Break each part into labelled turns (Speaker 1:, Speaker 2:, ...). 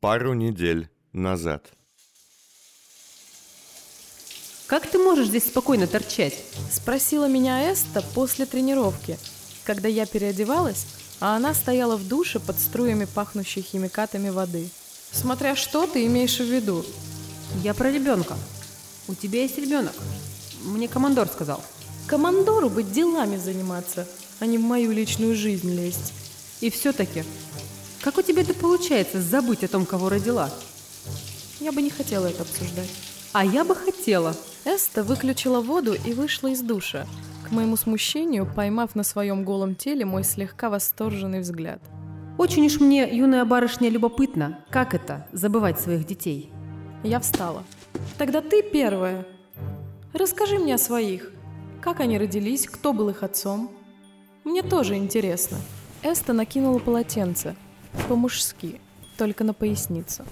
Speaker 1: пару недель назад.
Speaker 2: Как ты можешь здесь спокойно торчать?
Speaker 3: Спросила меня Эста после тренировки, когда я переодевалась, а она стояла в душе под струями пахнущей химикатами воды. Смотря что ты имеешь в виду.
Speaker 2: Я про ребенка. У тебя есть ребенок. Мне командор сказал.
Speaker 3: Командору бы делами заниматься, а не в мою личную жизнь лезть.
Speaker 2: И все-таки, как у тебя это получается забыть о том, кого родила?
Speaker 3: Я бы не хотела это обсуждать.
Speaker 2: А я бы хотела.
Speaker 3: Эста выключила воду и вышла из душа, к моему смущению поймав на своем голом теле мой слегка восторженный взгляд.
Speaker 2: Очень уж мне, юная барышня, любопытно, как это – забывать своих детей.
Speaker 3: Я встала. Тогда ты первая. Расскажи мне о своих. Как они родились, кто был их отцом? Мне тоже интересно. Эста накинула полотенце. По-мужски, только на поясницу.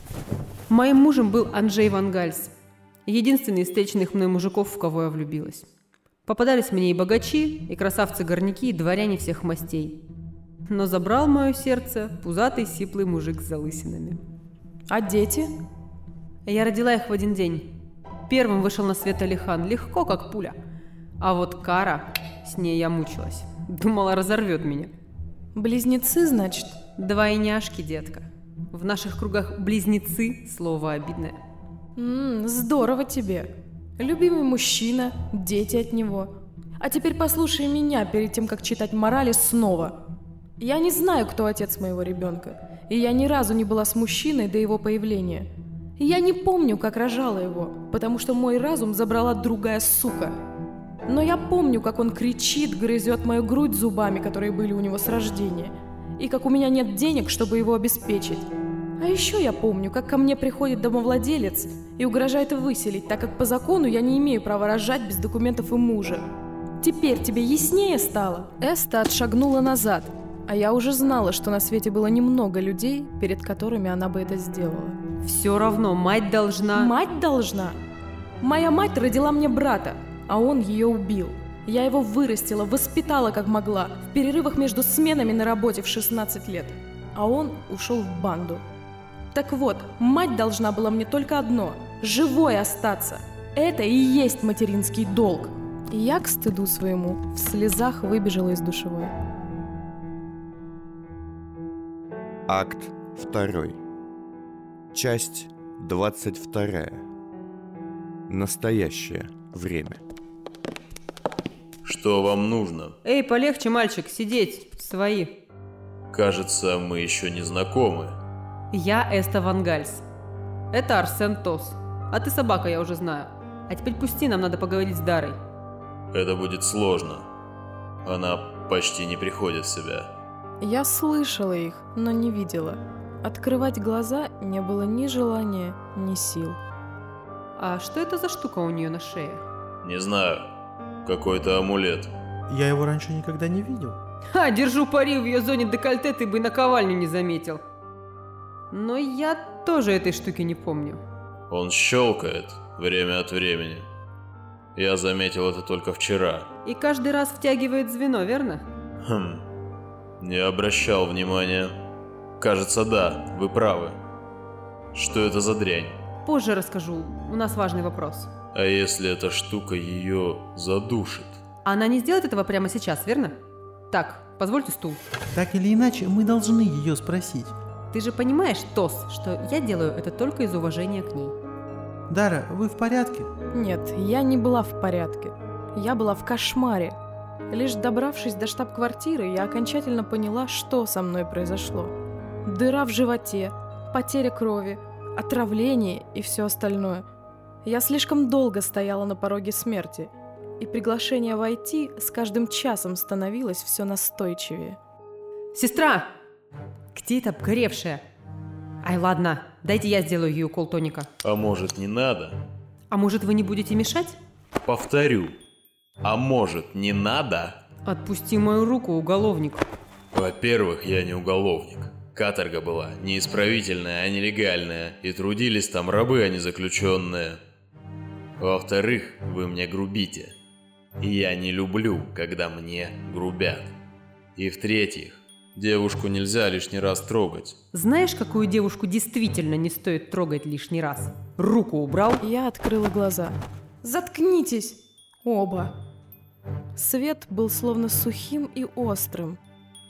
Speaker 2: Моим мужем был Анджей Ван Гальс. Единственный из встреченных мной мужиков, в кого я влюбилась. Попадались мне и богачи, и красавцы-горняки, и дворяне всех мастей. Но забрал мое сердце пузатый сиплый мужик с залысинами.
Speaker 3: А дети?
Speaker 2: Я родила их в один день. Первым вышел на свет Алихан, легко, как пуля. А вот Кара, с ней я мучилась. Думала, разорвет меня.
Speaker 3: Близнецы, значит?
Speaker 2: Двойняшки, детка. В наших кругах близнецы – слово обидное.
Speaker 3: М, здорово тебе. Любимый мужчина, дети от него. А теперь послушай меня перед тем, как читать морали снова. Я не знаю, кто отец моего ребенка, и я ни разу не была с мужчиной до его появления. Я не помню, как рожала его, потому что мой разум забрала другая сука. Но я помню, как он кричит, грызет мою грудь зубами, которые были у него с рождения, и как у меня нет денег, чтобы его обеспечить. А еще я помню, как ко мне приходит домовладелец и угрожает выселить, так как по закону я не имею права рожать без документов и мужа. Теперь тебе яснее стало? Эста отшагнула назад, а я уже знала, что на свете было немного людей, перед которыми она бы это сделала.
Speaker 2: Все равно мать должна...
Speaker 3: Мать должна. Моя мать родила мне брата, а он ее убил. Я его вырастила, воспитала как могла, в перерывах между сменами на работе в 16 лет. А он ушел в банду. Так вот, мать должна была мне только одно – живой остаться. Это и есть материнский долг. И я, к стыду своему, в слезах выбежала из душевой.
Speaker 1: Акт 2. Часть 22. Настоящее время.
Speaker 4: Что вам нужно?
Speaker 2: Эй, полегче, мальчик, сидеть. Свои.
Speaker 4: Кажется, мы еще не знакомы.
Speaker 2: Я Эста Ван Гальс. Это Арсен Тос. А ты собака, я уже знаю. А теперь пусти, нам надо поговорить с Дарой.
Speaker 4: Это будет сложно. Она почти не приходит в себя.
Speaker 3: Я слышала их, но не видела. Открывать глаза не было ни желания, ни сил.
Speaker 2: А что это за штука у нее на шее?
Speaker 4: Не знаю. Какой-то амулет.
Speaker 5: Я его раньше никогда не видел.
Speaker 2: Ха, держу пари, в ее зоне декольте ты бы и наковальню не заметил. Но я тоже этой штуки не помню.
Speaker 4: Он щелкает время от времени. Я заметил это только вчера.
Speaker 2: И каждый раз втягивает звено, верно?
Speaker 4: Хм. Не обращал внимания. Кажется, да, вы правы. Что это за дрянь?
Speaker 2: Позже расскажу, у нас важный вопрос.
Speaker 4: А если эта штука ее задушит?
Speaker 2: Она не сделает этого прямо сейчас, верно? Так, позвольте стул.
Speaker 5: Так или иначе, мы должны ее спросить.
Speaker 2: Ты же понимаешь, Тос, что я делаю это только из уважения к ней.
Speaker 5: Дара, вы в порядке?
Speaker 3: Нет, я не была в порядке. Я была в кошмаре. Лишь добравшись до штаб-квартиры, я окончательно поняла, что со мной произошло. Дыра в животе, потеря крови, отравление и все остальное. Я слишком долго стояла на пороге смерти, и приглашение войти с каждым часом становилось все настойчивее.
Speaker 2: Сестра! Где эта обгоревшая? Ай, ладно, дайте я сделаю ей укол тоника.
Speaker 4: А может не надо?
Speaker 2: А может вы не будете мешать?
Speaker 4: Повторю. А может не надо?
Speaker 2: Отпусти мою руку, уголовник.
Speaker 4: Во-первых, я не уголовник. Каторга была не исправительная, а нелегальная, и трудились там рабы, а не заключенные. Во-вторых, вы мне грубите. И я не люблю, когда мне грубят. И в-третьих, Девушку нельзя лишний раз трогать.
Speaker 2: Знаешь, какую девушку действительно не стоит трогать лишний раз? Руку убрал.
Speaker 3: Я открыла глаза. Заткнитесь! Оба. Свет был словно сухим и острым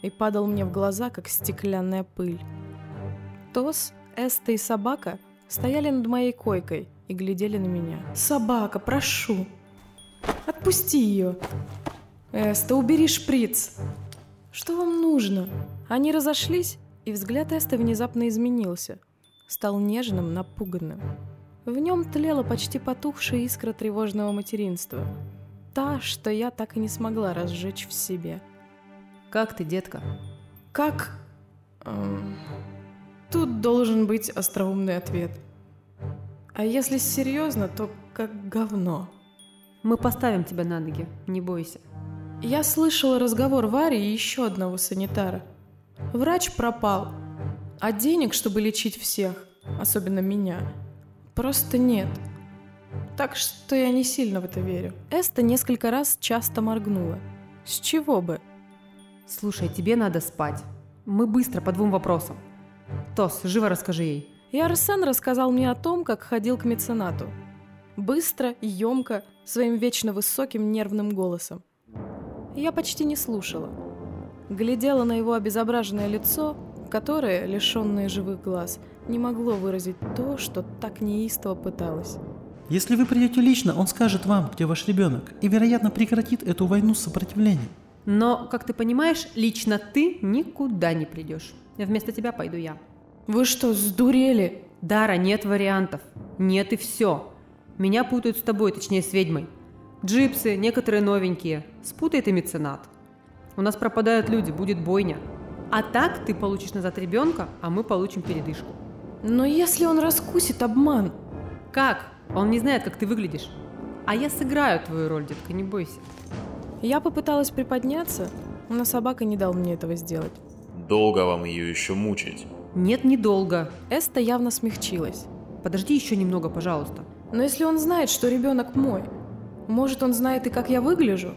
Speaker 3: и падал мне в глаза, как стеклянная пыль. Тос, Эста и собака стояли над моей койкой и глядели на меня. «Собака, прошу! Отпусти ее!» «Эста, убери шприц!» «Что вам нужно?» Они разошлись, и взгляд Эсты внезапно изменился. Стал нежным, напуганным. В нем тлела почти потухшая искра тревожного материнства. Та, что я так и не смогла разжечь в себе.
Speaker 2: Как ты, детка?
Speaker 3: Как... эм, Тут должен быть остроумный ответ. А если серьезно, то как говно.
Speaker 2: Мы поставим тебя на ноги, не бойся.
Speaker 3: Я слышала разговор Вари и еще одного санитара. Врач пропал, а денег, чтобы лечить всех, особенно меня, просто нет. Так что я не сильно в это верю. Эста несколько раз часто моргнула. С чего бы?
Speaker 2: Слушай, тебе надо спать. Мы быстро по двум вопросам. Тос, живо расскажи ей.
Speaker 3: И Арсен рассказал мне о том, как ходил к меценату. Быстро и емко, своим вечно высоким нервным голосом. Я почти не слушала. Глядела на его обезображенное лицо, которое, лишенное живых глаз, не могло выразить то, что так неистово пыталось.
Speaker 5: Если вы придете лично, он скажет вам, где ваш ребенок, и, вероятно, прекратит эту войну с сопротивлением.
Speaker 2: Но, как ты понимаешь, лично ты никуда не придешь. Вместо тебя пойду я.
Speaker 3: «Вы что, сдурели?»
Speaker 2: Дара, нет вариантов. Нет и все. Меня путают с тобой, точнее с ведьмой. Джипсы, некоторые новенькие. Спутает и меценат. У нас пропадают люди, будет бойня. А так ты получишь назад ребенка, а мы получим передышку.
Speaker 3: «Но если он раскусит обман?»
Speaker 2: Как? Он не знает, как ты выглядишь. А я сыграю твою роль, детка, не бойся.
Speaker 3: Я попыталась приподняться, но собака не дал мне этого сделать.
Speaker 4: Долго вам ее еще мучить.
Speaker 2: Нет, недолго.
Speaker 3: Эста явно смягчилась.
Speaker 2: Подожди еще немного, пожалуйста.
Speaker 3: Но если он знает, что ребенок мой, может, он знает и как я выгляжу?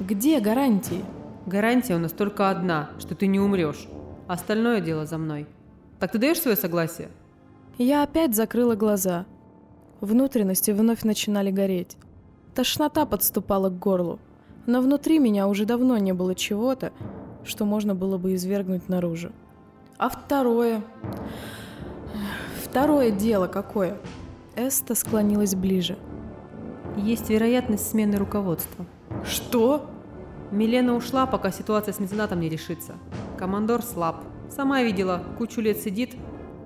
Speaker 3: Где гарантии?
Speaker 2: Гарантия у нас только одна, что ты не умрешь. Остальное дело за мной. Так ты даешь свое согласие?
Speaker 3: Я опять закрыла глаза. Внутренности вновь начинали гореть. Тошнота подступала к горлу. Но внутри меня уже давно не было чего-то, что можно было бы извергнуть наружу. А второе... Второе дело какое? Эста склонилась ближе.
Speaker 2: Есть вероятность смены руководства.
Speaker 3: Что?
Speaker 2: Милена ушла, пока ситуация с меценатом не решится. Командор слаб. Сама видела, кучу лет сидит,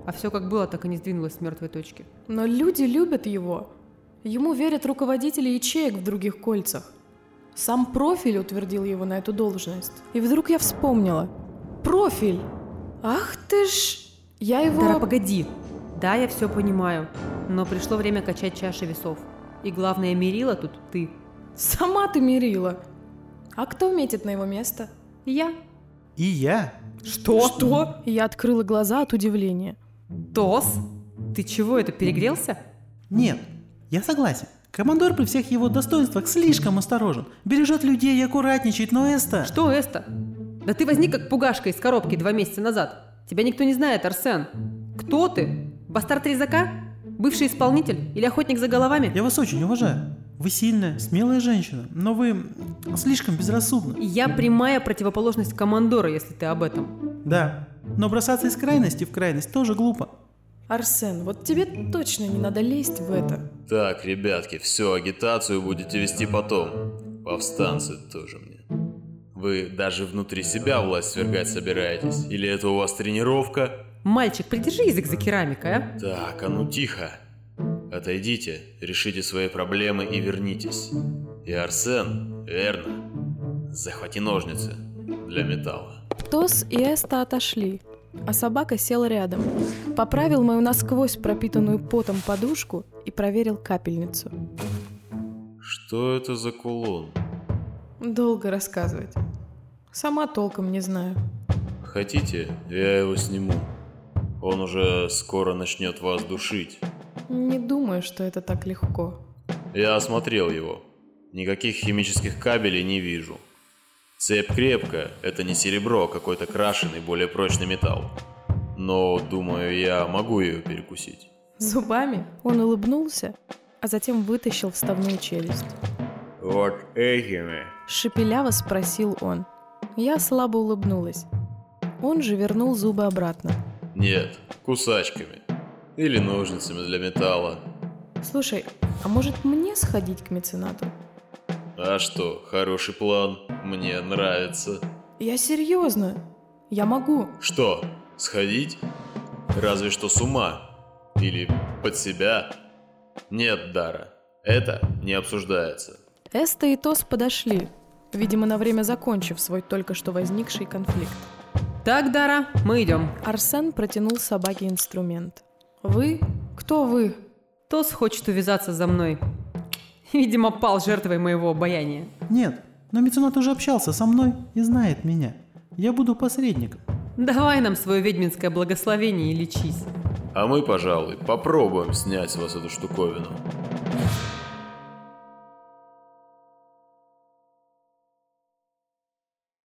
Speaker 2: а все как было, так и не сдвинулось с мертвой точки.
Speaker 3: Но люди любят его. Ему верят руководители ячеек в других кольцах. Сам профиль утвердил его на эту должность. И вдруг я вспомнила. Профиль! Ах ты ж! Я его...
Speaker 2: Дара, погоди. Да, я все понимаю, но пришло время качать чаши весов. И главное мерила тут ты.
Speaker 3: Сама ты мерила. А кто метит на его место?
Speaker 2: Я.
Speaker 5: И я.
Speaker 3: Что? Что? Я открыла глаза от удивления.
Speaker 2: Тос? Ты чего это, перегрелся?
Speaker 5: Нет, я согласен. Командор при всех его достоинствах слишком осторожен, бережет людей и аккуратничает, но Эста...
Speaker 2: Что, Эста? Да ты возник как пугашка из коробки два месяца назад. Тебя никто не знает, Арсен. Кто ты? Бастард резака? Бывший исполнитель или охотник за головами?
Speaker 5: Я вас очень уважаю. Вы сильная, смелая женщина, но вы м, слишком безрассудны.
Speaker 2: Я прямая противоположность командора, если ты об этом.
Speaker 5: Да, но бросаться из крайности в крайность тоже глупо.
Speaker 3: Арсен, вот тебе точно не надо лезть в это.
Speaker 4: Так, ребятки, все, агитацию будете вести потом. Повстанцы тоже мне. Вы даже внутри себя власть свергать собираетесь? Или это у вас тренировка?
Speaker 2: Мальчик, придержи язык за керамикой, а?
Speaker 4: Так, а ну тихо. Отойдите, решите свои проблемы и вернитесь. И Арсен, верно, захвати ножницы для металла.
Speaker 3: Тос и Эста отошли, а собака сел рядом, поправил мою насквозь пропитанную потом подушку и проверил капельницу.
Speaker 4: Что это за кулон?
Speaker 3: Долго рассказывать. Сама толком не знаю.
Speaker 4: Хотите, я его сниму. Он уже скоро начнет вас душить.
Speaker 3: Не думаю, что это так легко.
Speaker 4: Я осмотрел его. Никаких химических кабелей не вижу. Цепь крепкая, это не серебро, а какой-то крашеный, более прочный металл. Но, думаю, я могу ее перекусить.
Speaker 3: Зубами он улыбнулся, а затем вытащил вставную челюсть.
Speaker 4: Вот этими.
Speaker 3: Шепеляво спросил он. Я слабо улыбнулась. Он же вернул зубы обратно.
Speaker 4: Нет, кусачками. Или ножницами для металла.
Speaker 3: Слушай, а может мне сходить к меценату?
Speaker 4: А что, хороший план, мне нравится.
Speaker 3: Я серьезно. Я могу.
Speaker 4: Что, сходить? Разве что с ума. Или под себя. Нет, Дара, это не обсуждается.
Speaker 3: Эста и Тос подошли, видимо, на время закончив свой только что возникший конфликт.
Speaker 2: Так, Дара, мы идем.
Speaker 3: Арсен протянул собаке инструмент. «Вы? Кто вы?»
Speaker 2: Тос хочет увязаться за мной. Видимо, пал жертвой моего обаяния.
Speaker 5: Нет, но меценат уже общался со мной и знает меня. Я буду посредником.
Speaker 2: Давай нам свое ведьминское благословение и лечись.
Speaker 4: А мы, пожалуй, попробуем снять с вас эту штуковину.